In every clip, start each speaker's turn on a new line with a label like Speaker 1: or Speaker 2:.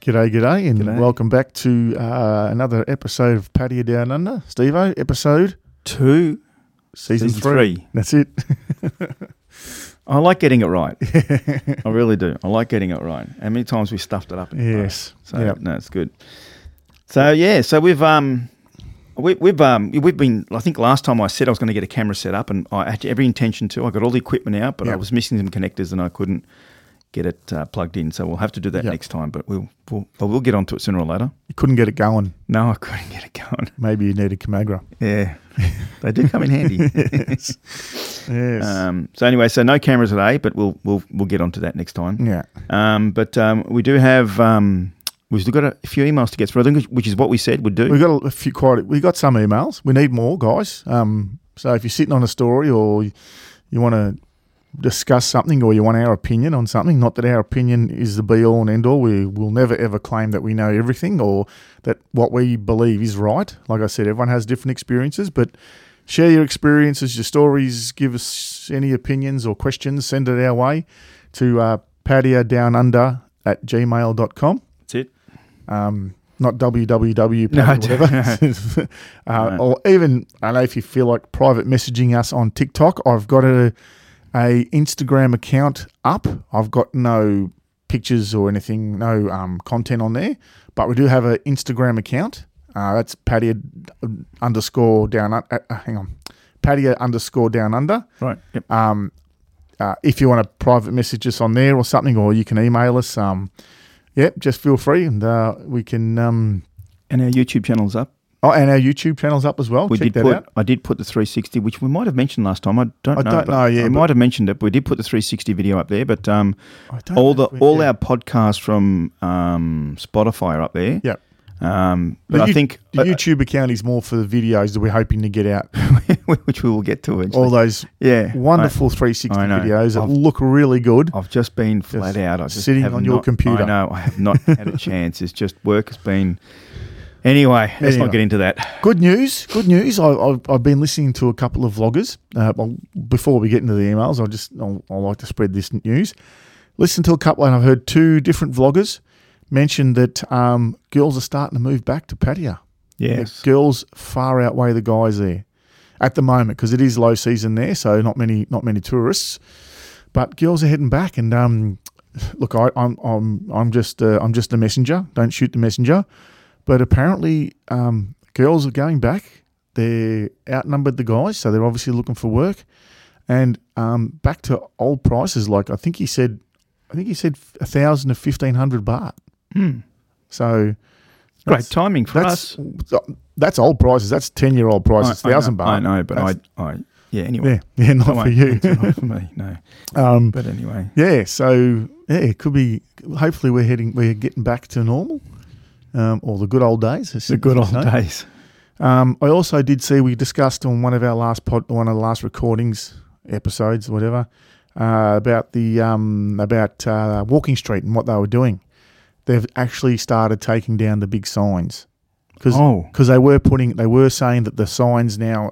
Speaker 1: G'day, g'day, and
Speaker 2: G'day.
Speaker 1: welcome back to uh, another episode of Patio Down Under. Steve episode
Speaker 2: Two,
Speaker 1: season,
Speaker 2: Season
Speaker 1: three.
Speaker 2: three.
Speaker 1: That's it.
Speaker 2: I like getting it right. I really do. I like getting it right. How many times we stuffed it up? In the past.
Speaker 1: yes.
Speaker 2: So
Speaker 1: Yep.
Speaker 2: no, it's good. So yeah, so we've um, we, we've um, we've been. I think last time I said I was going to get a camera set up, and I had every intention to. I got all the equipment out, but I
Speaker 1: Yep.
Speaker 2: was missing some connectors, and I couldn't get it uh, plugged in. So we'll have to do that
Speaker 1: Yep.
Speaker 2: next time. But we'll, we'll but we'll get onto it sooner or later.
Speaker 1: You couldn't get it going.
Speaker 2: No, I couldn't get it going.
Speaker 1: Maybe you need a Camagra.
Speaker 2: Yeah, they do come in handy.
Speaker 1: yes. Yes.
Speaker 2: Um, so anyway, so no cameras today, but we'll we'll we'll get onto that next time.
Speaker 1: yeah.
Speaker 2: Um, but um, we do have um, we've still got a few emails to get through, I think, which is what we said we'd do.
Speaker 1: We've got a few quite. We got some emails. We need more, guys. Um, so if you're sitting on a story or you, you want to discuss something or you want our opinion on something, not that our opinion is the be all and end all. We will never ever claim that we know everything or that what we believe is right. Like I said, everyone has different experiences, but share your experiences, your stories. Give us any opinions or questions. Send it our way to uh, patio down under at gmail.com
Speaker 2: That's it.
Speaker 1: um, not www
Speaker 2: No, I
Speaker 1: whatever. uh,
Speaker 2: No.
Speaker 1: Or even I don't know if you feel like private messaging us on TikTok. I've got a a Instagram account up. I've got no pictures or anything, no um, content on there, but we do have an Instagram account. Uh, that's patio underscore down. un- Uh, hang on, patio underscore down under.
Speaker 2: Right. Yep.
Speaker 1: Um, uh, if you want to private message us on there or something, or you can email us. Um, yep, just feel free, and uh, we can. Um,
Speaker 2: And our YouTube channel's up.
Speaker 1: oh, and our YouTube channel's up as well.
Speaker 2: We
Speaker 1: Check
Speaker 2: did
Speaker 1: that
Speaker 2: put.
Speaker 1: out.
Speaker 2: I did put the 360, which we might have mentioned last time. I don't
Speaker 1: I
Speaker 2: know.
Speaker 1: don't
Speaker 2: but
Speaker 1: know, yeah,
Speaker 2: I
Speaker 1: but-
Speaker 2: might have mentioned it. But we did put the 360 video up there. But um,
Speaker 1: I don't
Speaker 2: all
Speaker 1: know
Speaker 2: the
Speaker 1: if we-
Speaker 2: all
Speaker 1: yeah.
Speaker 2: our podcasts from um, Spotify are up there.
Speaker 1: Yep.
Speaker 2: Um,
Speaker 1: The
Speaker 2: but I
Speaker 1: you-
Speaker 2: think
Speaker 1: The YouTube account is more for the videos that we're hoping to get out.
Speaker 2: which we will get to eventually.
Speaker 1: All those
Speaker 2: yeah. I-
Speaker 1: Oh, wonderful 360
Speaker 2: I know.
Speaker 1: videos that
Speaker 2: I've-
Speaker 1: look really good.
Speaker 2: I've just been flat out. I just
Speaker 1: sitting
Speaker 2: have
Speaker 1: on your
Speaker 2: not-
Speaker 1: computer.
Speaker 2: I know. I have not had a chance. It's just work has been. Anyway, let's
Speaker 1: Anyway.
Speaker 2: not get into that.
Speaker 1: Good news, good news. I, I've, I've been listening to a couple of vloggers. Uh, well, before we get into the emails, I just I'll, I like to spread this news. Listen to a couple, and I've heard two different vloggers mention that um, girls are starting to move back to patio.
Speaker 2: Yes.
Speaker 1: The girls far outweigh the guys there at the moment because it is low season there, so not many not many tourists. But girls are heading back, and um, look, I, I'm I'm I'm just uh, I'm just a messenger. Don't shoot the messenger. But apparently, um, girls are going back. They're outnumbered the guys, so they're obviously looking for work. And um, back to old prices, like I think he said, I think he said a thousand to fifteen hundred baht.
Speaker 2: Hmm.
Speaker 1: So
Speaker 2: Great
Speaker 1: that's-
Speaker 2: timing for
Speaker 1: that's
Speaker 2: us.
Speaker 1: that's old prices. That's ten year old prices.
Speaker 2: I, I know-
Speaker 1: Thousand
Speaker 2: I
Speaker 1: baht.
Speaker 2: know, but I,
Speaker 1: That's-
Speaker 2: I, yeah. Anyway,
Speaker 1: Yeah, yeah, not
Speaker 2: No,
Speaker 1: for
Speaker 2: wait,
Speaker 1: you.
Speaker 2: it's not for me. No,
Speaker 1: Um,
Speaker 2: but anyway,
Speaker 1: yeah, so yeah, it could be. Hopefully, we're heading, we're getting back to normal, um, or the good old days. as
Speaker 2: the
Speaker 1: some
Speaker 2: good
Speaker 1: people
Speaker 2: old
Speaker 1: say.
Speaker 2: days.
Speaker 1: Um, I also did see we discussed on one of our last pod, one of the last recordings episodes, whatever, uh, about the um, about uh, Walking Street and what they were doing. They've actually started taking down the big signs because
Speaker 2: Oh,
Speaker 1: because they were putting they were saying that the signs now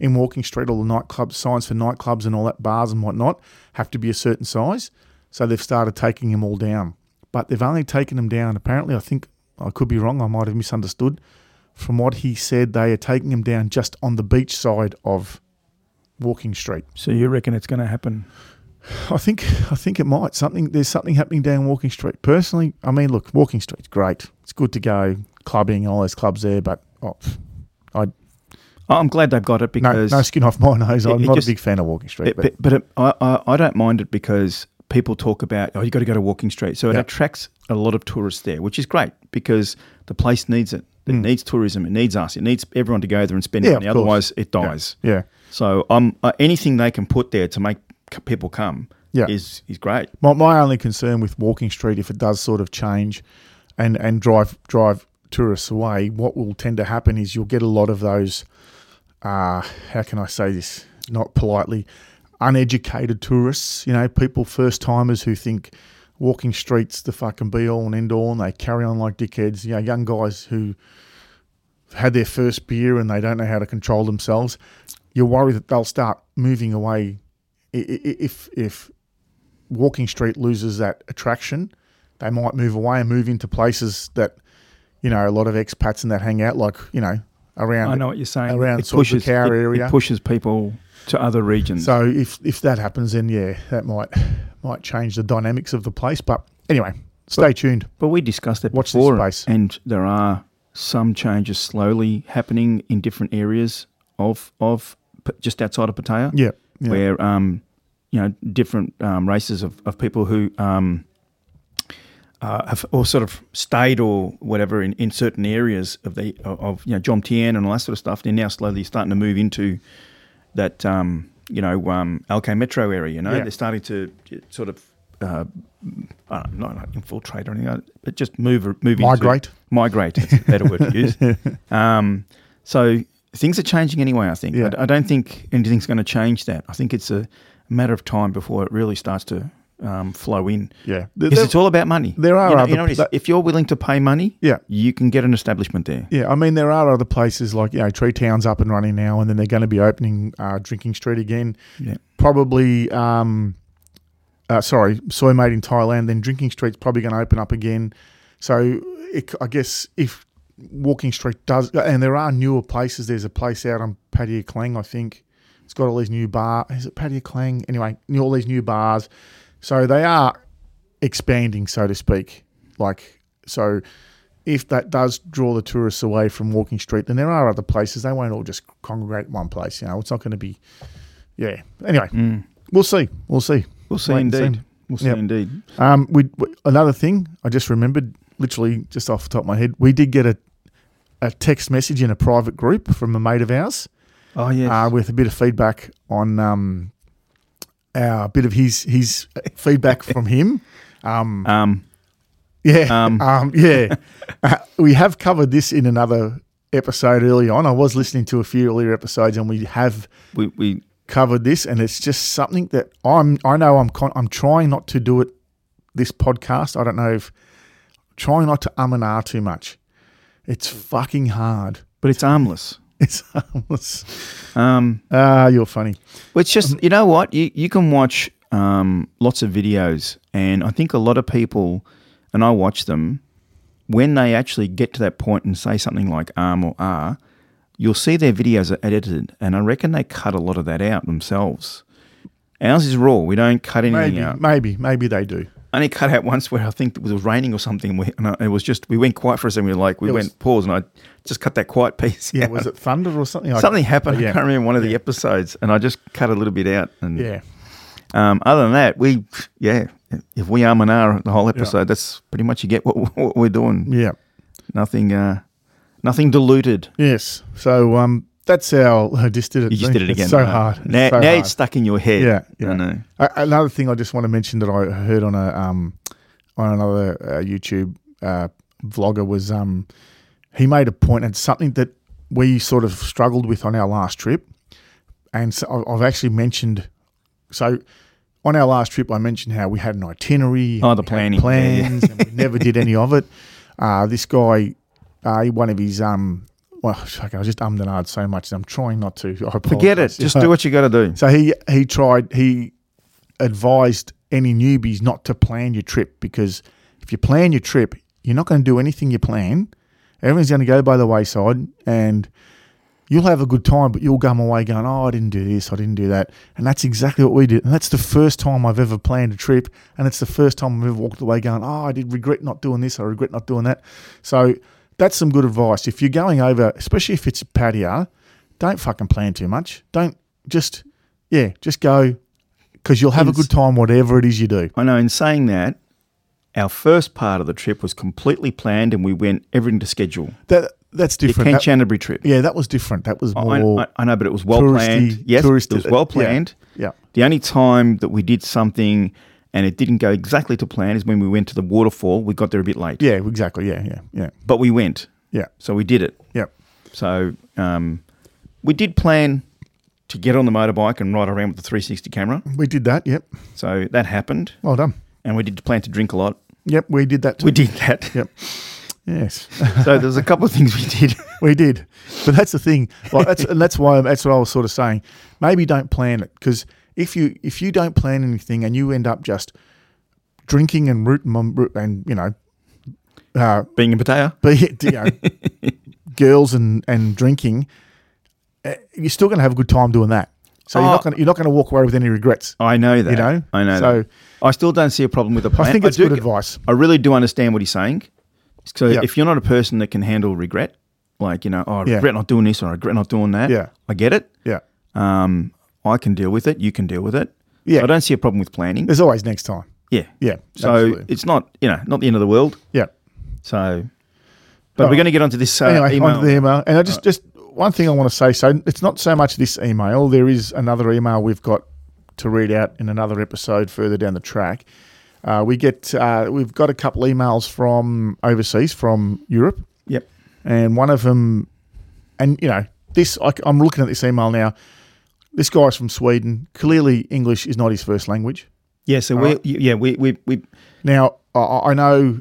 Speaker 1: in Walking Street, all the nightclub signs for nightclubs and all that bars and whatnot have to be a certain size. So they've started taking them all down, but they've only taken them down. Apparently, I think I could be wrong. I might have misunderstood. From what he said, they are taking them down just on the beach side of Walking Street.
Speaker 2: so you reckon it's going to happen?
Speaker 1: I think I think it might something. There's something happening down Walking Street. Personally, I mean, look, Walking Street's great. It's good to go clubbing, all those clubs there. But oh,
Speaker 2: Oh, I'm glad they've got it
Speaker 1: no,
Speaker 2: because
Speaker 1: no skin off my nose.
Speaker 2: It-
Speaker 1: I'm
Speaker 2: it
Speaker 1: not
Speaker 2: just-
Speaker 1: a big fan of Walking Street.
Speaker 2: It-
Speaker 1: but
Speaker 2: but but it, I, I I don't mind it because people talk about oh you got to go to Walking Street, so it
Speaker 1: Yeah.
Speaker 2: attracts a lot of tourists there, which is great because the place needs it. It
Speaker 1: Mm.
Speaker 2: needs tourism. It needs us. It needs everyone to go there and spend
Speaker 1: Yeah,
Speaker 2: money.
Speaker 1: of course.
Speaker 2: Otherwise, it dies.
Speaker 1: yeah,
Speaker 2: So um, uh, anything they can put there to make c- people come
Speaker 1: Yeah.
Speaker 2: is is great.
Speaker 1: my, my only concern with Walking Street, if it does sort of change, and and drive drive tourists away, what will tend to happen is you'll get a lot of those. Uh, how can I say this? Not politely, uneducated tourists. You know, people first timers who think walking streets the fucking be all and end all, and they carry on like dickheads. You know, young guys who had their first beer and they don't know how to control themselves. You're worried that they'll start moving away I- i- i- if if walking street loses that attraction they might move away and move into places that you know a lot of expats and that hang out, like you know around
Speaker 3: I know what you're saying.
Speaker 1: around
Speaker 2: It
Speaker 1: sort of
Speaker 2: pushes,
Speaker 1: the Cowra
Speaker 2: it-
Speaker 1: area.
Speaker 2: It pushes people to other regions.
Speaker 1: So if if that happens, then yeah, that might might change the dynamics of the place. But anyway, stay tuned.
Speaker 2: But we discussed that
Speaker 1: Watch this
Speaker 2: before,
Speaker 1: space.
Speaker 2: and there are some changes slowly happening in different areas of of P- just outside of Pattaya,
Speaker 1: Yeah, yeah.
Speaker 2: where um, you know different um, races of, of people who um, uh, have or sort of stayed or whatever in, in certain areas of the of- of you know Jomtien and all that sort of stuff. They're now slowly starting to move into that um, you know um, Alkane Metro area. You know
Speaker 1: Yeah.
Speaker 2: they're starting to j- sort of. Uh, I don't know, not infiltrate or anything, like that, but just move move into-
Speaker 1: migrate.
Speaker 2: migrate. That's a better word to use. Um, so things are changing anyway. I think.
Speaker 1: Yeah.
Speaker 2: I, I don't think anything's going to change that. I think it's a matter of time before it really starts to um, flow in.
Speaker 1: Yeah,
Speaker 2: Because it's all about money.
Speaker 1: there are
Speaker 2: You know,
Speaker 1: other
Speaker 2: you know what it is?
Speaker 1: pla-
Speaker 2: if you're willing to pay money,
Speaker 1: Yeah.
Speaker 2: you can get an establishment there.
Speaker 1: Yeah, I mean there are other places like you know Tree Town's up and running now, and then they're going to be opening uh, Drinking Street again.
Speaker 2: Yeah.
Speaker 1: Probably, um, uh, sorry, Soy Made in Thailand. Then Drinking Street's probably going to open up again. So it, I guess if Walking Street does, and there are newer places. There's a place out on Padia Klang, I think. It's got all these new bar. Is it Padia Klang? Anyway, new- all these new bars. So they are expanding, so to speak. Like so, if that does draw the tourists away from Walking Street, then there are other places. They won't all just congregate in one place. You know, it's not going to be. Yeah. Anyway,
Speaker 2: Mm.
Speaker 1: we'll see. We'll see.
Speaker 2: We'll see.
Speaker 1: Wait and
Speaker 2: indeed.
Speaker 1: see.
Speaker 2: We'll see.
Speaker 1: Yep.
Speaker 2: Indeed.
Speaker 1: Um, we, we another thing I just remembered, literally just off the top of my head, we did get a a text message in a private group from a mate of ours
Speaker 2: Oh yes.
Speaker 1: uh, with a bit of feedback on um, our a bit of his his feedback from him. Um,
Speaker 2: um,
Speaker 1: yeah,
Speaker 2: um,
Speaker 1: um, yeah. uh, we have covered this in another episode early on. I was listening to a few earlier episodes, and we have
Speaker 2: we, we
Speaker 1: covered this, and it's just something that I'm. I know I'm. Con- I'm trying not to do it. This podcast. I don't know if trying not to um and ah too much. It's fucking hard.
Speaker 2: but it's armless.
Speaker 1: It's almost.
Speaker 2: Um,
Speaker 1: Ah, you're funny.
Speaker 2: Well, it's
Speaker 1: Um,
Speaker 2: just you know what you you can watch um, lots of videos, and I think a lot of people, and I watch them, when they actually get to that point and say something like "arm" or "r," you'll see their videos are edited, and I reckon they cut a lot of that out themselves. Ours is raw; we don't cut anything
Speaker 1: Maybe,
Speaker 2: out.
Speaker 1: maybe, maybe they do.
Speaker 2: I only cut out once where I think it was raining or something, and we- and I- it was just we went quiet for a second. We were like we
Speaker 1: It was-
Speaker 2: went pause, and I just cut that quiet piece.
Speaker 1: Yeah,
Speaker 2: out.
Speaker 1: was it thunder or something? I-
Speaker 2: something happened?
Speaker 1: Yeah.
Speaker 2: I can't remember one of the episodes, and I just cut a little bit out. And
Speaker 1: Yeah,
Speaker 2: um, other than that, we, yeah, if we arm and are the whole episode, that's pretty much you get what, what we're doing.
Speaker 1: yeah,
Speaker 2: Nothing, uh, nothing diluted.
Speaker 1: yes. So um, that's our. I just did it.
Speaker 2: You just did it
Speaker 1: It's
Speaker 2: again.
Speaker 1: so
Speaker 2: Uh,
Speaker 1: hard. It's
Speaker 2: Now,
Speaker 1: so
Speaker 2: now
Speaker 1: hard.
Speaker 2: it's stuck in your head.
Speaker 1: Yeah,
Speaker 2: I
Speaker 1: yeah.
Speaker 2: know.
Speaker 1: A- Uh, Another thing I just want to mention that I heard on a um, on another uh, YouTube uh, vlogger was um, he made a point and something that we sort of struggled with on our last trip, and so I- I've actually mentioned so. On our last trip, I mentioned how we had an itinerary,
Speaker 2: Oh,
Speaker 1: and
Speaker 2: the
Speaker 1: we had
Speaker 2: planning.
Speaker 1: plans, and we never did any of it. Uh, this guy, uh, one of his, um, well, fuck, I was just ummed and ahed so much, and I'm trying not to. I
Speaker 2: Forget it.
Speaker 1: apologise.
Speaker 2: Just do what you got to do.
Speaker 1: So he he tried he advised any newbies not to plan your trip because if you plan your trip, you're not going to do anything you plan. Everything's going to go by the wayside, and you'll have a good time, but you'll come away going, "Oh, I didn't do this, I didn't do that," and that's exactly what we did. And that's the first time I've ever planned a trip, and it's the first time I've ever walked away going, "Oh, I did regret not doing this, I regret not doing that." So that's some good advice. If you're going over, especially if it's a patio, don't fucking plan too much. Don't just yeah, just go because you'll have a
Speaker 2: Yes.
Speaker 1: good time, whatever it is you do.
Speaker 2: I know. In saying that, our first part of the trip was completely planned, and we went everything to schedule.
Speaker 1: That that's
Speaker 2: The
Speaker 1: different.
Speaker 2: Kent
Speaker 1: That-
Speaker 2: Canterbury trip.
Speaker 1: yeah, that was different. That was
Speaker 2: I,
Speaker 1: more
Speaker 2: I- I know, but it was well
Speaker 1: touristy-
Speaker 2: planned. Yes,
Speaker 1: touristy-
Speaker 2: it was well
Speaker 1: yeah.
Speaker 2: planned.
Speaker 1: yeah,
Speaker 2: The only time that we did something and it didn't go exactly to plan is when we went to the waterfall. We got there a bit late,
Speaker 1: yeah, exactly. Yeah, yeah, yeah,
Speaker 2: but we went,
Speaker 1: yeah,
Speaker 2: so we did it.
Speaker 1: yeah.
Speaker 2: So um, we did plan to get on the motorbike and ride around with the 360 camera.
Speaker 1: We did that. Yep.
Speaker 2: So that happened,
Speaker 1: Well done.
Speaker 2: and we did plan to drink a lot.
Speaker 1: Yep, we did that. Too.
Speaker 2: We did that.
Speaker 1: Yep. Yes,
Speaker 2: so there's a couple of things we did.
Speaker 1: we did. But that's the thing. Like that's and that's why that's what I was sort of saying. Maybe don't plan it because if you if you don't plan anything and you end up just drinking and rooting mum- root- and you know, uh,
Speaker 2: Being a potato.
Speaker 1: be you know, girls and and drinking, uh, you're still going to have a good time doing that. So you're
Speaker 2: Oh.
Speaker 1: not going to, you're not going to walk away with any regrets.
Speaker 2: I know that.
Speaker 1: You know,
Speaker 2: I know.
Speaker 1: So
Speaker 2: that. I still don't see a problem with the plan.
Speaker 1: I think it's
Speaker 2: do
Speaker 1: good
Speaker 2: get-
Speaker 1: advice.
Speaker 2: I really do understand what he's saying. So
Speaker 1: Yeah.
Speaker 2: if you're not a person that can handle regret, like you know, oh, I
Speaker 1: Yeah.
Speaker 2: regret not doing this or I regret not doing that.
Speaker 1: Yeah.
Speaker 2: I get it.
Speaker 1: Yeah,
Speaker 2: Um, I can deal with it. You can deal with it.
Speaker 1: Yeah.
Speaker 2: I don't see a problem with planning.
Speaker 1: there's always next time.
Speaker 2: Yeah.
Speaker 1: Yeah,
Speaker 2: So
Speaker 1: absolutely.
Speaker 2: it's not you know not the end of the world.
Speaker 1: yeah.
Speaker 2: So, but
Speaker 1: All
Speaker 2: we're
Speaker 1: right.
Speaker 2: going to get onto this uh,
Speaker 1: anyway,
Speaker 2: email.
Speaker 1: onto the email. And I just, just one thing I want to say. So it's not so much this email. There is another email we've got to read out in another episode further down the track. Uh, we get, uh, we've got a couple emails from overseas, from Europe,
Speaker 2: Yep.
Speaker 1: and one of them, and you know, this I, am looking at this email now. This guy's from Sweden. Clearly, English is not his first language.
Speaker 2: Yeah. So we yeah we we we
Speaker 1: Now, I- I, I know,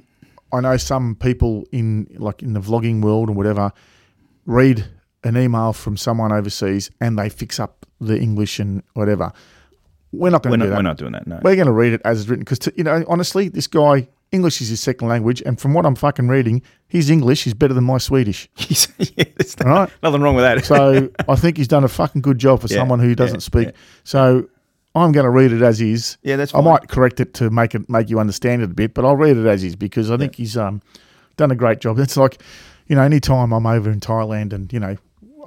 Speaker 1: I know some people in like in the vlogging world or whatever read an email from someone overseas and they fix up the English and whatever. We're not
Speaker 2: we're
Speaker 1: going to
Speaker 2: not
Speaker 1: do
Speaker 2: we're
Speaker 1: that.
Speaker 2: not doing that. No.
Speaker 1: We're going to read it as it's written because you know, honestly, this guy English is his second language, and from what I'm fucking reading, his English is better than my Swedish.
Speaker 2: yeah, there's
Speaker 1: All right.
Speaker 2: nothing wrong with that.
Speaker 1: So I think he's done a fucking good job for
Speaker 2: Yeah,
Speaker 1: someone who doesn't
Speaker 2: yeah,
Speaker 1: speak.
Speaker 2: yeah.
Speaker 1: So I'm going to read it as is.
Speaker 2: Yeah, that's
Speaker 1: I
Speaker 2: fine.
Speaker 1: might correct it to make it make you understand it a bit, but I'll read it as is because I think he's um, done a great job. It's like, you know, any time I'm over in Thailand and you know,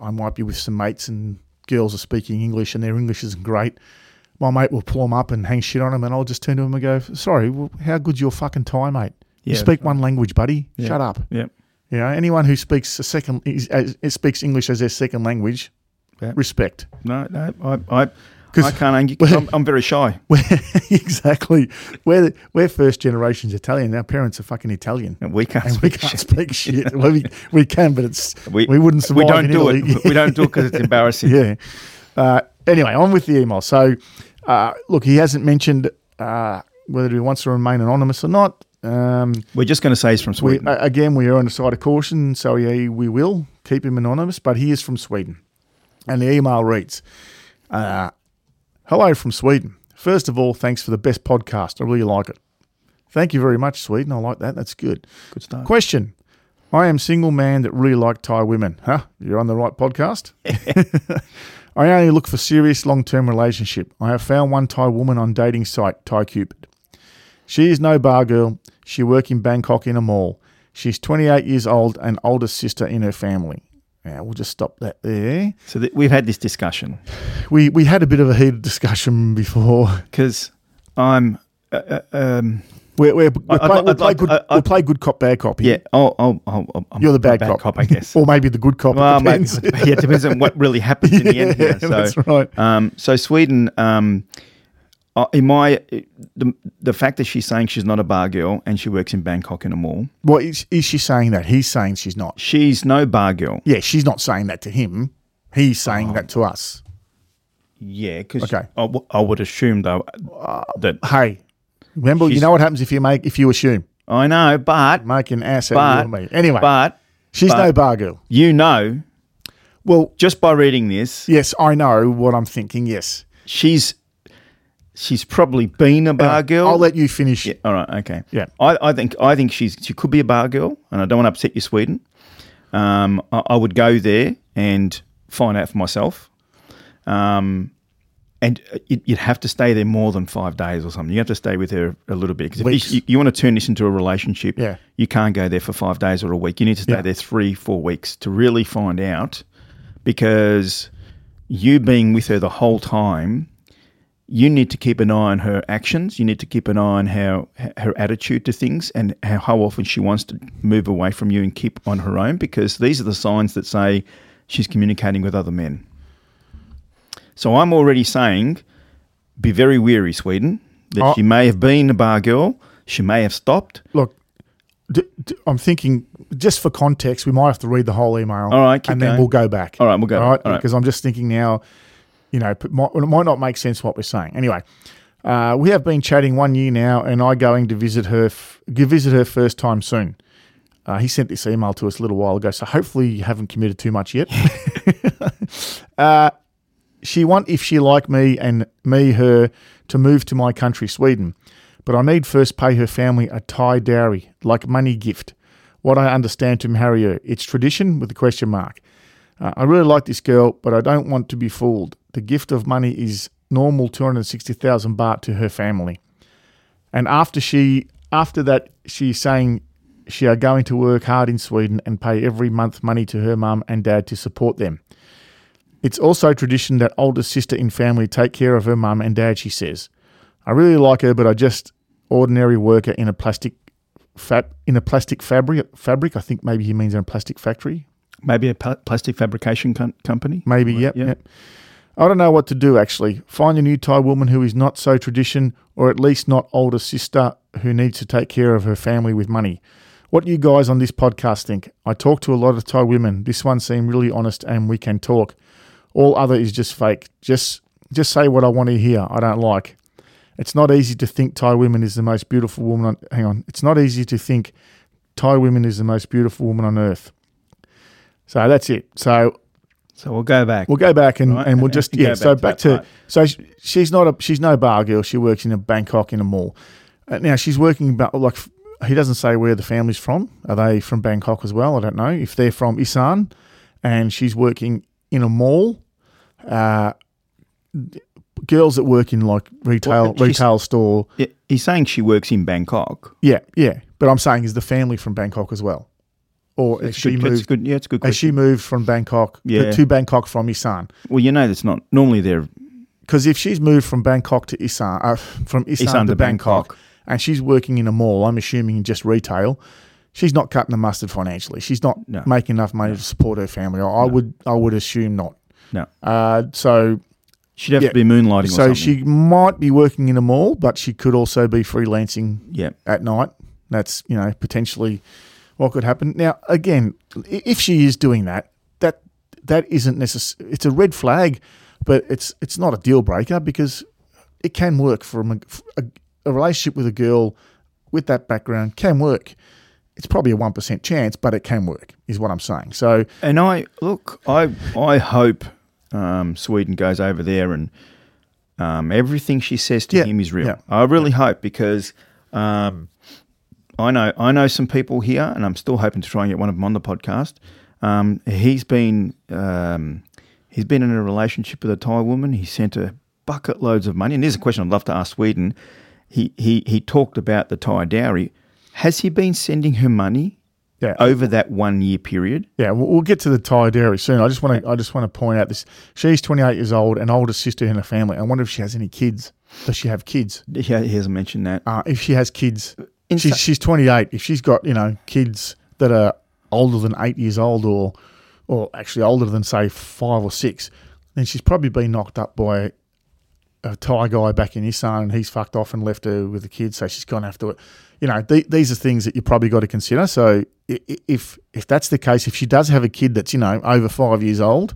Speaker 1: I might be with some mates and girls are speaking English and their English isn't great. My mate will pull them up and hang shit on them, and I'll just turn to him and go, "Sorry, well, how good's your fucking Thai, mate? You
Speaker 2: Yeah,
Speaker 1: speak one language, buddy.
Speaker 2: Yeah.
Speaker 1: Shut up."
Speaker 2: Yeah.
Speaker 1: You know, anyone who speaks a second is, as, it speaks English as their second language,
Speaker 2: Yeah.
Speaker 1: respect.
Speaker 2: No. No. I I, I
Speaker 1: 'Cause-
Speaker 2: can't argue. 'cause I'm, I'm very shy.
Speaker 1: We're, exactly. We're we're first generations Italian. Our parents are fucking Italian.
Speaker 2: And we can't.
Speaker 1: And we
Speaker 2: speak
Speaker 1: can't
Speaker 2: shit.
Speaker 1: speak shit. Well, we, we can, but it's we, wouldn't survive.
Speaker 2: We don't
Speaker 1: in
Speaker 2: do
Speaker 1: Italy.
Speaker 2: it. We don't do it because it's embarrassing.
Speaker 1: yeah. Uh, anyway, on with the email. So, uh, look, he hasn't mentioned uh, whether he wants to remain anonymous or not. Um,
Speaker 2: We're just going to say he's from
Speaker 1: we, uh,
Speaker 2: Sweden.
Speaker 1: a- again, we are on the side of caution, so yeah, we will keep him anonymous, but he is from Sweden. And the email reads uh, Hello from Sweden. First of all, thanks for the best podcast. I really like it. Thank you very much, Sweden. I like that. That's good.
Speaker 2: Good start.
Speaker 1: Question I am single man that really like Thai women. Huh? You're on the right podcast? I only look for serious long term relationship. I have found one Thai woman on dating site, Thai Cupid. She is no bar girl. She work in Bangkok in a mall. She's 28 years old and oldest sister in her family. Now, we'll just stop that there.
Speaker 2: So th- we've had this discussion
Speaker 1: We, we had a bit of a heated discussion before.
Speaker 2: because I'm. Uh, uh, um,
Speaker 1: We're, we're, we're
Speaker 2: I'd
Speaker 1: play,
Speaker 2: like-
Speaker 1: we'll,
Speaker 2: I'd
Speaker 1: play
Speaker 2: like-
Speaker 1: good,
Speaker 2: I- I-
Speaker 1: we'll play good cop, bad cop. here.
Speaker 2: yeah. Oh, oh, oh, oh, I'm
Speaker 1: You're the bad,
Speaker 2: cop. I guess.
Speaker 1: or maybe the good cop. it
Speaker 2: well, maybe,
Speaker 1: depends.
Speaker 2: yeah, it depends on what really happens in the end. Here. So,
Speaker 1: that's right.
Speaker 2: Um, so Sweden, um, uh, in my the, the fact that she's saying she's not a bar girl and she works in Bangkok in a mall,
Speaker 1: Well, is, is she saying that? He's saying she's not.
Speaker 2: she's no bar girl.
Speaker 1: Yeah, she's not saying that to him. He's
Speaker 2: Uh-huh.
Speaker 1: saying that to us.
Speaker 2: Yeah, because
Speaker 1: Okay. Uh,
Speaker 2: I, w- I would assume though that
Speaker 1: Hey, remember, you
Speaker 2: She's-
Speaker 1: know what happens if you make if you assume
Speaker 2: I know, but
Speaker 1: make an ass out
Speaker 2: but
Speaker 1: of me. Anyway,
Speaker 2: but
Speaker 1: she's
Speaker 2: but-
Speaker 1: no bar girl.
Speaker 2: you know,
Speaker 1: Well,
Speaker 2: just by reading this,
Speaker 1: yes, I know what I'm thinking. Yes,
Speaker 2: she's she's probably been a bar girl.
Speaker 1: I'll let you finish.
Speaker 2: Yeah, all right, okay.
Speaker 1: Yeah.
Speaker 2: I, I think I think she's she could be a bar girl, and I don't want to upset you, Sweden. Um, I, I would go there and find out for myself. Um, and you'd, you'd have to stay there more than five days or something. You have to stay with her a little bit
Speaker 1: Weeks.
Speaker 2: because you, you want to turn this into a relationship.
Speaker 1: Yeah.
Speaker 2: you can't go there for five days or a week. You need to stay
Speaker 1: Yeah.
Speaker 2: there three, four weeks to really find out, because you being with her the whole time you need to keep an eye on her actions. You need to keep an eye on how her attitude to things and how, how often she wants to move away from you and keep on her own because these are the signs that say she's communicating with other men. So I'm already saying be very wary, Sweden, that
Speaker 1: Oh.
Speaker 2: she may have been a bar girl, she may have stopped.
Speaker 1: Look, d- d- I'm thinking just for context, we might have to read the whole email.
Speaker 2: All right, keep
Speaker 1: and then
Speaker 2: going.
Speaker 1: we'll go back.
Speaker 2: All right, we'll go
Speaker 1: All right,
Speaker 2: back. All right.
Speaker 1: because I'm just thinking now. You know, it might, it might not make sense what we're saying. Anyway, uh, we have been chatting one year now, and I going to visit her. F- go visit her first time soon. Uh, he sent this email to us a little while ago, so hopefully you haven't committed too much yet. Uh, she want if she like me and me her to move to my country Sweden. But I need first pay her family a Thai dowry, like money gift. What I understand to marry her. It's tradition with a question mark. Uh, I really like this girl, but I don't want to be fooled. The gift of money is normal 260,000 baht to her family. And after she after that she's saying she are going to work hard in Sweden and pay every month money to her mum and dad to support them. It's also tradition that older sister in family take care of her mum and dad, she says. I really like her, but I just ordinary worker in a plastic fab in a plastic fabric fabric. I think maybe he means in a plastic factory.
Speaker 2: Maybe a pl- plastic fabrication com- company.
Speaker 1: Maybe, yep,
Speaker 2: yeah.
Speaker 1: yep. I don't know what to do actually. Find a new Thai woman who is not so tradition, or at least not older sister who needs to take care of her family with money. What do you guys on this podcast think? I talk to a lot of Thai women. This one seemed really honest, and we can talk. All other is just fake. Just, just say what I want to hear. I don't like. It's not easy to think Thai women is the most beautiful woman. On, hang on. It's not easy to think Thai women is the most beautiful woman on earth. So that's it. So
Speaker 2: So we'll go back.
Speaker 1: We'll go back and,
Speaker 2: Right,
Speaker 1: and we'll
Speaker 2: and-
Speaker 1: just
Speaker 2: and go
Speaker 1: yeah.
Speaker 2: back
Speaker 1: so
Speaker 2: to
Speaker 1: back
Speaker 2: that
Speaker 1: to
Speaker 2: part.
Speaker 1: so sh- she's not a she's no bar girl. She works in a Bangkok in a mall. Uh, now she's working about like f- he doesn't say where the family's from. Are they from Bangkok as well? I don't know if they're from Isan, and she's working in a mall. Uh, d- girls that work in like retail
Speaker 2: Well, she's-
Speaker 1: retail store.
Speaker 2: Yeah, He's saying she works in Bangkok.
Speaker 1: Yeah, yeah. But I'm saying is the family from Bangkok as well, or has
Speaker 2: It's
Speaker 1: she
Speaker 2: good, it's
Speaker 1: moved?
Speaker 2: good. Yeah, it's a good
Speaker 1: Has
Speaker 2: question.
Speaker 1: she moved from Bangkok
Speaker 2: Yeah.
Speaker 1: to Bangkok from Isan?
Speaker 2: well, you know that's not normally they're
Speaker 1: Because if she's moved from Bangkok to Isan, uh, from Isan,
Speaker 2: Isan
Speaker 1: to
Speaker 2: to
Speaker 1: Bangkok,
Speaker 2: Bangkok.
Speaker 1: and she's working in a mall, I'm assuming in just retail, she's not cutting the mustard financially. She's not
Speaker 2: No.
Speaker 1: making enough money to support her family. I, I would, I would assume not.
Speaker 2: No.
Speaker 1: Uh, so,
Speaker 2: She'd have
Speaker 1: Yeah.
Speaker 2: to be moonlighting. or
Speaker 1: so
Speaker 2: something.
Speaker 1: she might be working in a mall, but she could also be freelancing
Speaker 2: Yeah.
Speaker 1: at night. That's you know potentially what could happen. Now again, i- if she is doing that, that that isn't necessary. It's a red flag, but it's it's not a deal breaker because it can work from a, f- a- a relationship with a girl with that background can work. It's probably a one percent chance, but it can work, is what I'm saying. So
Speaker 2: And I look, I I hope um, Sweden goes over there and um, everything she says to
Speaker 1: Yeah,
Speaker 2: him is real.
Speaker 1: yeah,
Speaker 2: I really hope because um, I know I know some people here, and I'm still hoping to try and get one of them on the podcast. Um, he's been um, he's been in a relationship with a Thai woman. He sent her bucket loads of money, and here's a question I'd love to ask Sweden. He he he talked about the Thai dowry. Has he been sending her money
Speaker 1: yeah,
Speaker 2: over that one year period?
Speaker 1: Yeah, we'll, we'll get to the Thai dairy soon. I just want to. I just want to point out this. She's 28 years old, an older sister in her family. I wonder if she has any kids. Does she have kids?
Speaker 2: Yeah, he hasn't mentioned that.
Speaker 1: Uh, if she has kids,
Speaker 2: In
Speaker 1: she's
Speaker 2: sa-
Speaker 1: she's 28. If she's got you know kids that are older than eight years old, or or actually older than say five or six, then she's probably been knocked up by a Thai guy back in Isan, and he's fucked off and left her with the kids. So she's gone after it. You know, th- these are things that you probably got to consider. So i- i- if if that's the case, if she does have a kid that's you know over five years old,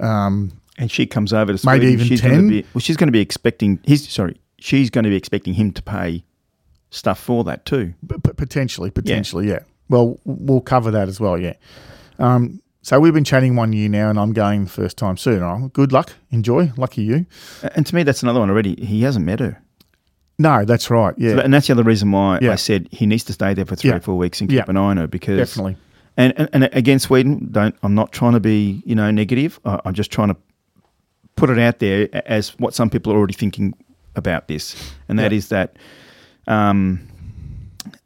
Speaker 1: um,
Speaker 2: And she comes over to Sweden.
Speaker 1: Maybe even
Speaker 2: she's
Speaker 1: 10?
Speaker 2: Gonna be, well, she's going to be expecting. He's sorry. She's going to be expecting him to pay stuff for that too.
Speaker 1: P- p- potentially, potentially, yeah. Well, we'll cover that as well, yeah. Um, so we've been chatting one year now, and I'm going the first time soon. Oh, good luck, enjoy, lucky you.
Speaker 2: A- And to me, that's another one already. He hasn't met her,
Speaker 1: No, that's right, yeah,
Speaker 2: So that- and that's the other reason why
Speaker 1: Yeah.
Speaker 2: I said he needs to stay there for three
Speaker 1: Yeah.
Speaker 2: or four weeks and
Speaker 1: Yeah.
Speaker 2: keep an eye on her because
Speaker 1: definitely.
Speaker 2: And, and and again, Sweden. Don't. I'm not trying to be you know negative. I, I'm just trying to put it out there a- as what some people are already thinking about this, and that
Speaker 1: Yeah.
Speaker 2: is that, um,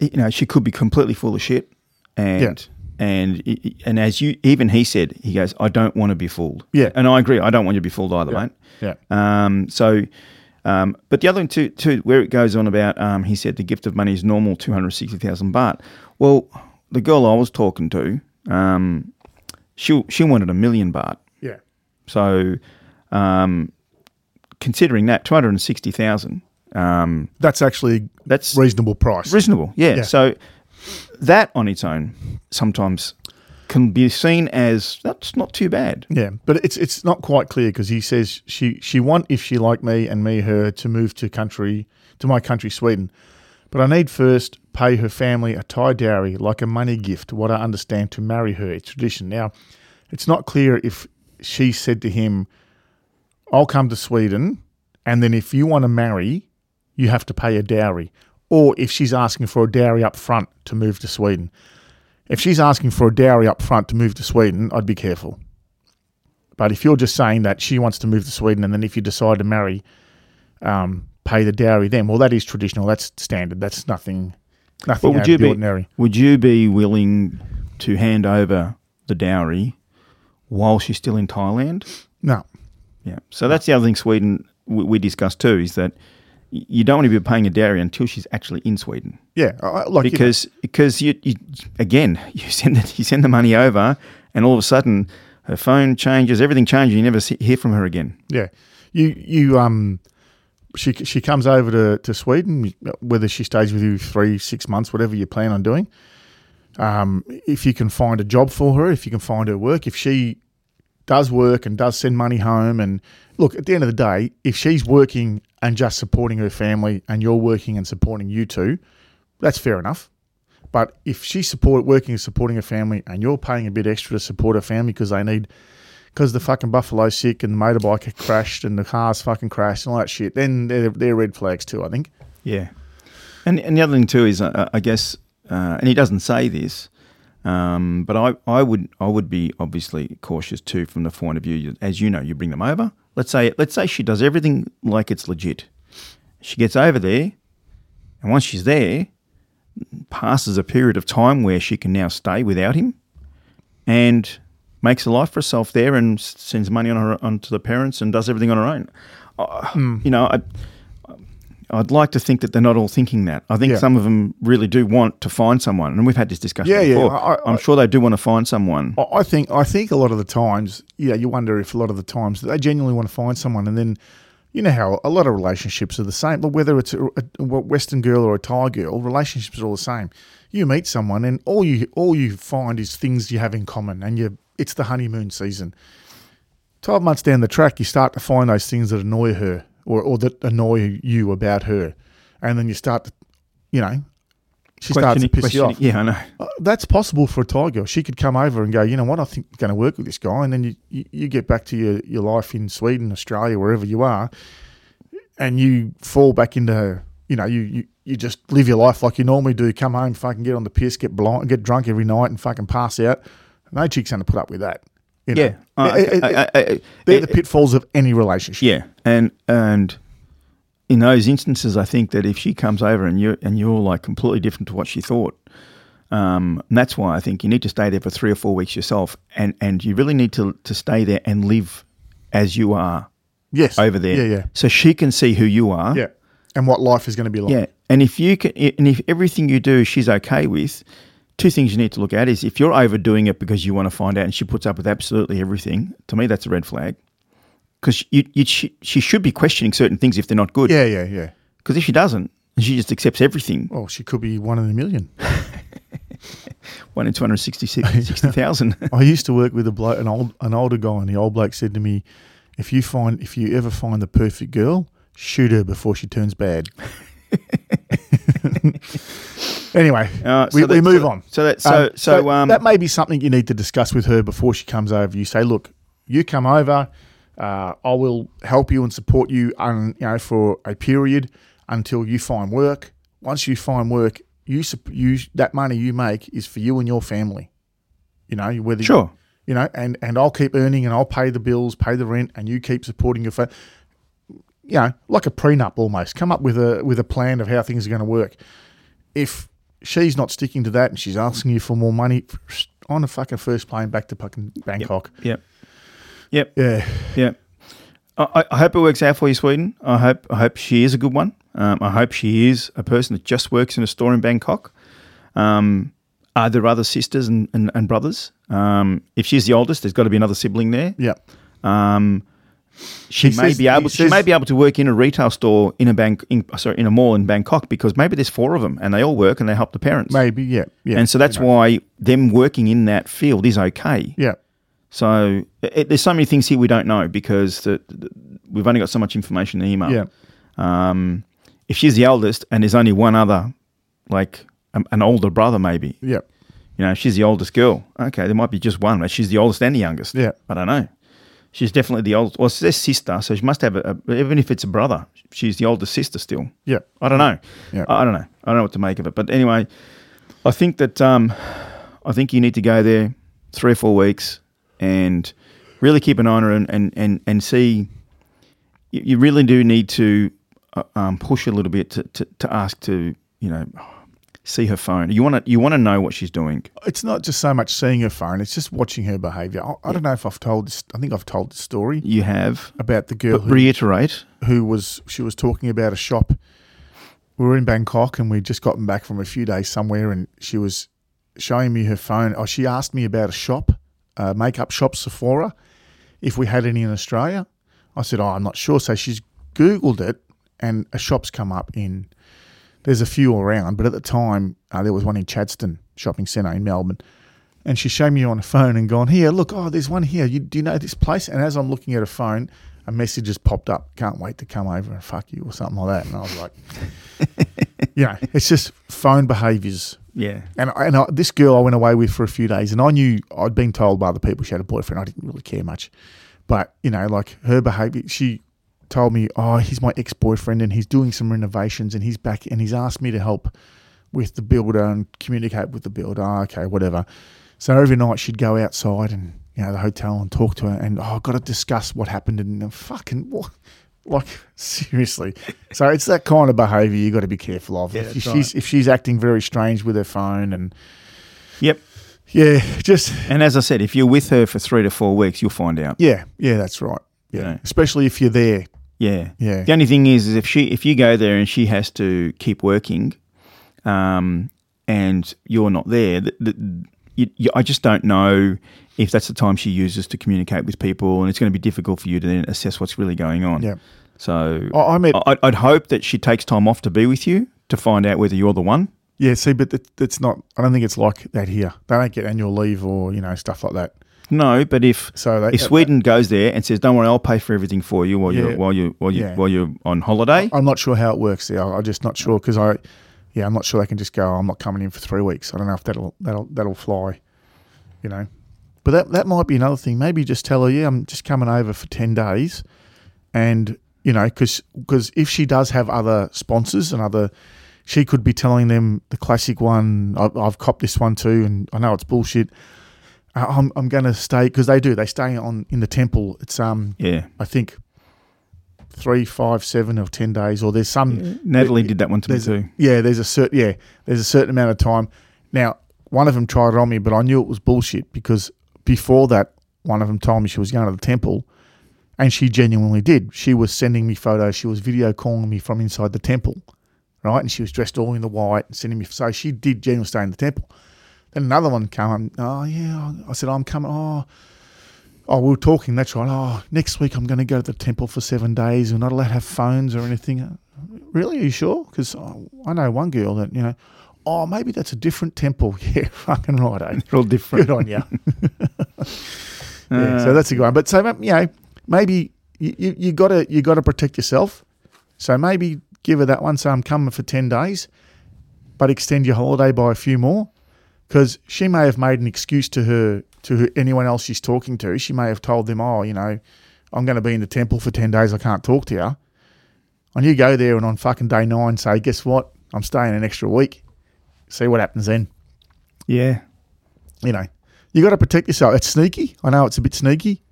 Speaker 2: you know, she could be completely full of shit, and and i- i- and as you even he said, he goes, I don't want to be fooled.
Speaker 1: Yeah.
Speaker 2: and I agree. I don't want you to be fooled either, mate.
Speaker 1: Yeah,
Speaker 2: Um, so, um, but the other one too, too, where it goes on about, um, he said the gift of money is normal two hundred sixty thousand baht. Well, the girl I was talking to, um, she she wanted a million baht.
Speaker 1: yeah,
Speaker 2: So, um, considering that two hundred sixty thousand, um,
Speaker 1: that's actually
Speaker 2: that's
Speaker 1: reasonable price.
Speaker 2: reasonable. Yeah.
Speaker 1: Yeah.
Speaker 2: So that on its own sometimes can be seen as that's not too bad.
Speaker 1: yeah, but it's it's not quite clear because he says she she want if she like me and me her to move to country to my country Sweden, but I need first pay her family a Thai dowry like a money gift. What I understand to marry her, it's tradition. Now, it's not clear if she said to him, "I'll come to Sweden, and then if you want to marry, you have to pay a dowry, or if she's asking for a dowry up front to move to Sweden. If she's asking for a dowry up front to move to Sweden, I'd be careful. But if you're just saying that she wants to move to Sweden, and then if you decide to marry, um, pay the dowry then, well, that is traditional. That's standard. That's nothing. Nothing out
Speaker 2: But would
Speaker 1: of
Speaker 2: you
Speaker 1: the
Speaker 2: be
Speaker 1: ordinary.
Speaker 2: would you be willing to hand over the dowry while she's still in Thailand?
Speaker 1: No.
Speaker 2: Yeah. So that's the other thing Sweden we, we discussed too is that y- you don't want to be paying a dowry until she's actually in Sweden
Speaker 1: Yeah. I- I- Like you know,
Speaker 2: because because you, you again you send the, you send the money over and all of a sudden her phone changes everything changes you never see, hear from her again.
Speaker 1: Yeah, you you um, she she comes over to to Sweden. Whether she stays with you three six months, whatever you plan on doing, um, if you can find a job for her, if you can find her work, if she does work and does send money home, and look at the end of the day, if she's working and just supporting her family, and you're working and supporting you two, that's fair enough. But if she's support working and supporting her family, and you're paying a bit extra to support her family because they need because the fucking buffalo's sick and the motorbike had crashed and the car's fucking crashed and all that shit, then they're, they're red flags too, I think.
Speaker 2: Yeah. And, and the other thing too is, uh, I guess, uh, and he doesn't say this, um, but I, I would I would be obviously cautious too from the point of view, you- as you know, you bring them over. Let's say let's say she does everything like it's legit. She gets over there, and once she's there, passes a period of time where she can now stay without him, and makes a life for herself there, and s- sends money on her onto the parents, and does everything on her own. Uh,
Speaker 1: Hmm.
Speaker 2: You know, I, I'd like to think that they're not all thinking that. I think
Speaker 1: Yeah.
Speaker 2: some of them really do want to find someone, and we've had this discussion
Speaker 1: Yeah, yeah,
Speaker 2: before.
Speaker 1: I- I-
Speaker 2: am sure they do want to find someone.
Speaker 1: I- I think I think a lot of the times, yeah, you wonder if a lot of the times they genuinely want to find someone, and then you know how a lot of relationships are the same. But whether it's a, a Western girl or a Thai girl, relationships are all the same. You meet someone, and all you all you find is things you have in common, and you it's the honeymoon season. Twelve months down the track, you start to find those things that annoy her, or, or that annoy you about her, and then you start to, you know, she starts to
Speaker 2: Questioning-
Speaker 1: piss you off.
Speaker 2: questioning- Yeah, I know.
Speaker 1: Uh, that's possible for a tiger. She could come over and go, you know what, I think I'm going to work with this guy. And then you, you, you get back to your, your life in Sweden, Australia, wherever you are, and you fall back into, you know, you, you, you just live your life like you normally do. Come home, fucking get on the piss, get blind, get drunk every night and fucking pass out. No chick's going to put up with that. You know?
Speaker 2: Yeah. Uh,
Speaker 1: It- it-
Speaker 2: I- I- I-
Speaker 1: They're
Speaker 2: it-
Speaker 1: the pitfalls of any relationship.
Speaker 2: Yeah, and and in those instances, I think that if she comes over and you and you're like completely different to what she thought, um, and that's why I think you need to stay there for three or four weeks yourself, and and you really need to to stay there and live as you are
Speaker 1: Yes.
Speaker 2: over there.
Speaker 1: Yeah, yeah.
Speaker 2: So she can see who you are.
Speaker 1: Yeah. And what life is going to be like.
Speaker 2: Yeah, and if you can, and if everything you do she's okay with, two things you need to look at is if you're overdoing it because you want to find out, and she puts up with absolutely everything. To me, that's a red flag, because you, you she, she should be questioning certain things if they're not good.
Speaker 1: Yeah, yeah, yeah.
Speaker 2: Because if she doesn't, and she just accepts everything,
Speaker 1: Well, she could be one in a million.
Speaker 2: one in 260,000.
Speaker 1: I used to work with a bloke, an old, an older guy, and the old bloke said to me, "If you find, if you ever find the perfect girl, shoot her before she turns bad." anyway,
Speaker 2: Uh,
Speaker 1: we,
Speaker 2: so that-
Speaker 1: we move
Speaker 2: so-
Speaker 1: on.
Speaker 2: So that so
Speaker 1: Um,
Speaker 2: so um
Speaker 1: that may be something you need to discuss with her before she comes over. You say, "Look, you come over. Uh, I will help you and support you, un, you know, for a period until you find work. Once you find work, you, sup- you that money you make is for you and your family. You know, whether you,
Speaker 2: sure.
Speaker 1: you know, and and I'll keep earning and I'll pay the bills, pay the rent, and you keep supporting your family. You know, like a prenup almost. Come up with a with a plan of how things are going to work. If she's not sticking to that and she's asking you for more money on a fucking first plane back to fucking Bangkok,
Speaker 2: Yep. Yep.
Speaker 1: yeah,
Speaker 2: Yeah. I, I- I hope it works out for you, Sweden. I hope I hope she is a good one. Um, I hope she is a person that just works in a store in Bangkok. Um, are there other sisters and, and, and brothers? Um, if she's the oldest, there's got to be another sibling there.
Speaker 1: yeah,
Speaker 2: Um, she
Speaker 1: He
Speaker 2: may
Speaker 1: says-
Speaker 2: be able.
Speaker 1: he
Speaker 2: She may
Speaker 1: says-
Speaker 2: be able to work in a retail store in a bank. In, sorry, in a mall in Bangkok because maybe there's four of them and they all work and they help the parents.
Speaker 1: maybe, yeah, yeah,
Speaker 2: and so that's why them working in that field is okay.
Speaker 1: yeah,
Speaker 2: So it, there's so many things here we don't know because the, the, we've only got so much information in the email.
Speaker 1: yeah,
Speaker 2: Um, if she's the eldest and there's only one other, like um, an older brother, maybe
Speaker 1: yeah,
Speaker 2: you know she's the oldest girl. Okay, there might be just one, but she's the oldest and the youngest.
Speaker 1: Yeah.
Speaker 2: I don't know. She's definitely the oldest. Well, it's their sister, so she must have a, a- even if it's a brother, she's the oldest sister still.
Speaker 1: Yeah.
Speaker 2: I don't know.
Speaker 1: Yeah.
Speaker 2: I, I don't know. I don't know what to make of it. But anyway, I think that um, I think you need to go there three or four weeks and really keep an eye on her and and and, and see. You, you really do need to uh, um, push a little bit to, to, to ask to you know see her phone. You want to you want to know what she's doing.
Speaker 1: It's not just so much seeing her phone; it's just watching her behaviour. I, I don't know if I've told. This, I think I've told the story
Speaker 2: You have,
Speaker 1: about the girl
Speaker 2: but
Speaker 1: who,
Speaker 2: reiterate.
Speaker 1: who was. She was talking about a shop. We were in Bangkok, and we'd just gotten back from a few days somewhere, and she was showing me her phone. Oh, she asked me about a shop, a makeup shop, Sephora, if we had any in Australia. I said, "Oh, I'm not sure." So she's googled it, and a shop's come up in. There's a few around, but at the time uh, there was one in Chadston Shopping Centre in Melbourne, and she showed me on the phone and gone, "Here, look, oh, there's one here. You, do you know this place?" And as I'm looking at her phone, a message has popped up. Can't wait to come over and fuck you or something like that. And I was like, you know, it's just phone behaviours.
Speaker 2: Yeah.
Speaker 1: And I- and I, this girl I went away with for a few days, and I knew I'd been told by other people she had a boyfriend. I didn't really care much, but you know, like her behaviour, she told me, "Oh, he's my ex-boyfriend, and he's doing some renovations, and he's back, and he's asked me to help with the builder and communicate with the builder." Oh, okay, whatever. So every night she'd go outside and you know the hotel and talk to her, and oh, I've got to discuss what happened, and, and fucking what. Like seriously, so it's that kind of behaviour you got to be careful of.
Speaker 2: Yeah,
Speaker 1: if
Speaker 2: that's
Speaker 1: she's
Speaker 2: right.
Speaker 1: if she's acting very strange with her phone and
Speaker 2: Yep.
Speaker 1: yeah, just
Speaker 2: And as I said, if you're with her for three to four weeks, you'll find out.
Speaker 1: yeah, yeah, that's right. Yeah,
Speaker 2: Yeah.
Speaker 1: especially if you're there.
Speaker 2: Yeah.
Speaker 1: Yeah,
Speaker 2: The only thing is, is if she if you go there and she has to keep working, um, and you're not there, th th you, you, I just don't know if that's the time she uses to communicate with people, and it's going to be difficult for you to then assess what's really going on.
Speaker 1: yeah.
Speaker 2: So
Speaker 1: I, I met
Speaker 2: I, I'd hope that she takes time off to be with you to find out whether you're the one.
Speaker 1: yeah. See, but it, it's not. I don't think it's like that here. They don't get annual leave or you know stuff like that.
Speaker 2: No, but if
Speaker 1: So they, uh,
Speaker 2: if Sweden goes there and says, "Don't worry, I'll pay for everything for you while
Speaker 1: Yeah.
Speaker 2: you're while you while you
Speaker 1: Yeah.
Speaker 2: while you're on holiday,"
Speaker 1: I'm not sure how it works there. I- I'm just not sure because I, yeah, I'm not sure they can just go. "Oh, I'm not coming in for three weeks. I don't know if that'll that'll that'll fly, you know. But that that might be another thing. Maybe just tell her, yeah, I'm just coming over for ten days, and you know, because if she does have other sponsors and other, she could be telling them the classic one. I've, I've copped this one too, and I know it's bullshit. I- I'm I'm going to stay because they do. They stay on in the temple. It's um
Speaker 2: yeah.
Speaker 1: I think three, five, seven, or ten days, or there's some.
Speaker 2: Natalie did that one to me
Speaker 1: There's
Speaker 2: too.
Speaker 1: yeah, there's a certain yeah, there's a certain amount of time. Now, one of them tried it on me, but I knew it was bullshit because before that, one of them told me she was going to the temple, and she genuinely did. She was sending me photos. She was video calling me from inside the temple, right? And she was dressed all in the white and sending me. So she did genuinely stay in the temple. Then another one came. and, Oh yeah, I said I'm coming. Oh. Oh, we were talking. That's right. Oh, next week I'm going to go to the temple for seven days. We're not allowed to have phones or anything. Really? Are you sure? Because I know one girl that, you know, oh, maybe that's a different temple. Yeah, fucking right, eh?
Speaker 2: They're all different.
Speaker 1: Good on you.
Speaker 2: Uh,
Speaker 1: yeah,
Speaker 2: Ah.
Speaker 1: so that's a good one. But so, um, you know, maybe you, you, you gotta you gotta protect yourself. So maybe give her that one. So I'm coming for ten days, but extend your holiday by a few more, because she may have made an excuse to her to her, anyone else she's talking to. She may have told them, oh, you know, I'm going to be in the temple for ten days. I can't talk to you. And you go there and on fucking day nine say, guess what? I'm staying an extra week. See what happens then
Speaker 2: yeah.
Speaker 1: you know, you got to protect yourself. It's sneaky. I know it's a bit sneaky,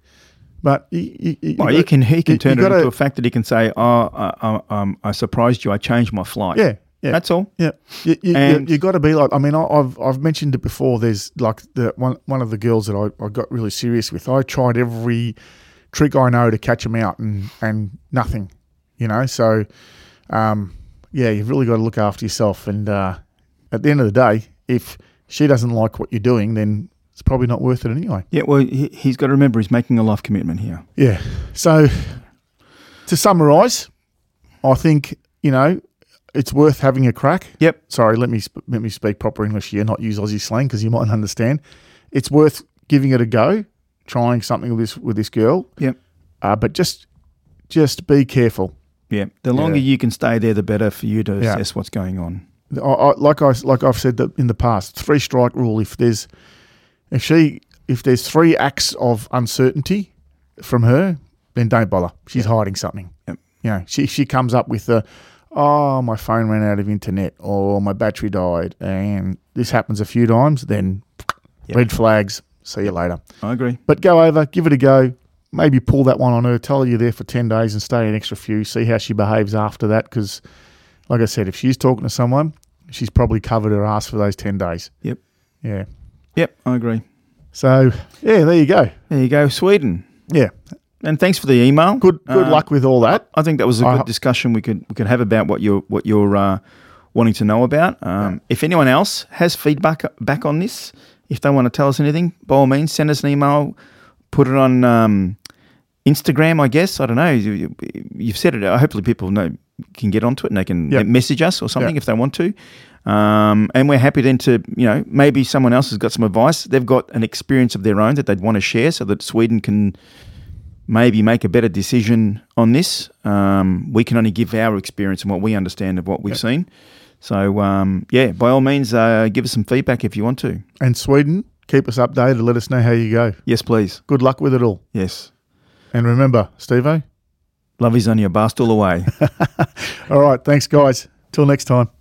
Speaker 1: but you, you, you,
Speaker 2: Well,
Speaker 1: gotta-
Speaker 2: he can he can
Speaker 1: you-
Speaker 2: turn
Speaker 1: you
Speaker 2: it
Speaker 1: gotta-
Speaker 2: into a fact that he can say, "Oh, I, I, um, I surprised you. I changed my flight."
Speaker 1: yeah, yeah,
Speaker 2: that's all.
Speaker 1: yeah. You, you, you,
Speaker 2: And-
Speaker 1: you got to be like. I mean, I, I've I've mentioned it before. There's like the one one of the girls that I, I got really serious with. I tried every trick I know to catch them out, and and nothing. You know, so um, yeah, you've really got to look after yourself. And uh, at the end of the day, if she doesn't like what you're doing, then it's probably not worth it anyway.
Speaker 2: Yeah, well, he, he's got to remember he's making a life commitment here.
Speaker 1: Yeah. So to summarise, I think you know it's worth having a crack.
Speaker 2: Yep.
Speaker 1: Sorry, let me sp- let me speak proper English here, not use Aussie slang because you mightn't understand. It's worth giving it a go, trying something with this with this girl.
Speaker 2: Yep.
Speaker 1: Uh, but just just be careful.
Speaker 2: Yeah, the longer
Speaker 1: Yeah.
Speaker 2: you can stay there, the better for you to
Speaker 1: Yeah.
Speaker 2: assess what's going on.
Speaker 1: I, I, like I like I've said that in the past, three strike rule. If there's if she if there's three acts of uncertainty, from her, then don't bother. She's hiding something.
Speaker 2: Yep.
Speaker 1: You know, she she comes up with the, oh, my phone ran out of internet or my battery died, and this happens a few times. Then
Speaker 2: Yep.
Speaker 1: red flags. See you later.
Speaker 2: I agree.
Speaker 1: But go over, give it a go. Maybe pull that one on her. Tell her you're there for 10 days and stay an extra few. See how she behaves after that. Because, like I said, if she's talking to someone, she's probably covered her ass for those 10 days.
Speaker 2: Yep.
Speaker 1: Yeah.
Speaker 2: Yep, I agree.
Speaker 1: So, yeah, there you go.
Speaker 2: There you go, Sweden.
Speaker 1: Yeah.
Speaker 2: And thanks for the email.
Speaker 1: Good good
Speaker 2: Uh,
Speaker 1: luck with all that.
Speaker 2: I think that was a
Speaker 1: I
Speaker 2: good
Speaker 1: ho-
Speaker 2: discussion we could we could have about what you're what you're uh, wanting to know about. Um, If anyone else has feedback back on this, if they want to tell us anything, by all means, send us an email. Put it on um, Instagram, I guess. I don't know. You, you, you've said it. Uh, Hopefully, people know can get onto it and they can
Speaker 1: Yeah.
Speaker 2: message us or something
Speaker 1: Yeah.
Speaker 2: if they want to. Um, and we're happy then to you know maybe someone else has got some advice. They've got an experience of their own that they'd want to share so that Sweden can maybe make a better decision on this. Um, we can only give our experience and what we understand of what we've
Speaker 1: Yep.
Speaker 2: seen. So um, yeah, by all means, uh, give us some feedback if you want to.
Speaker 1: And Sweden, keep us updated. Let us know how you go.
Speaker 2: Yes, please.
Speaker 1: Good luck with it all.
Speaker 2: Yes,
Speaker 1: And remember, Steve
Speaker 2: love is only a bar stool away.
Speaker 1: All right. Thanks, guys. Till next time.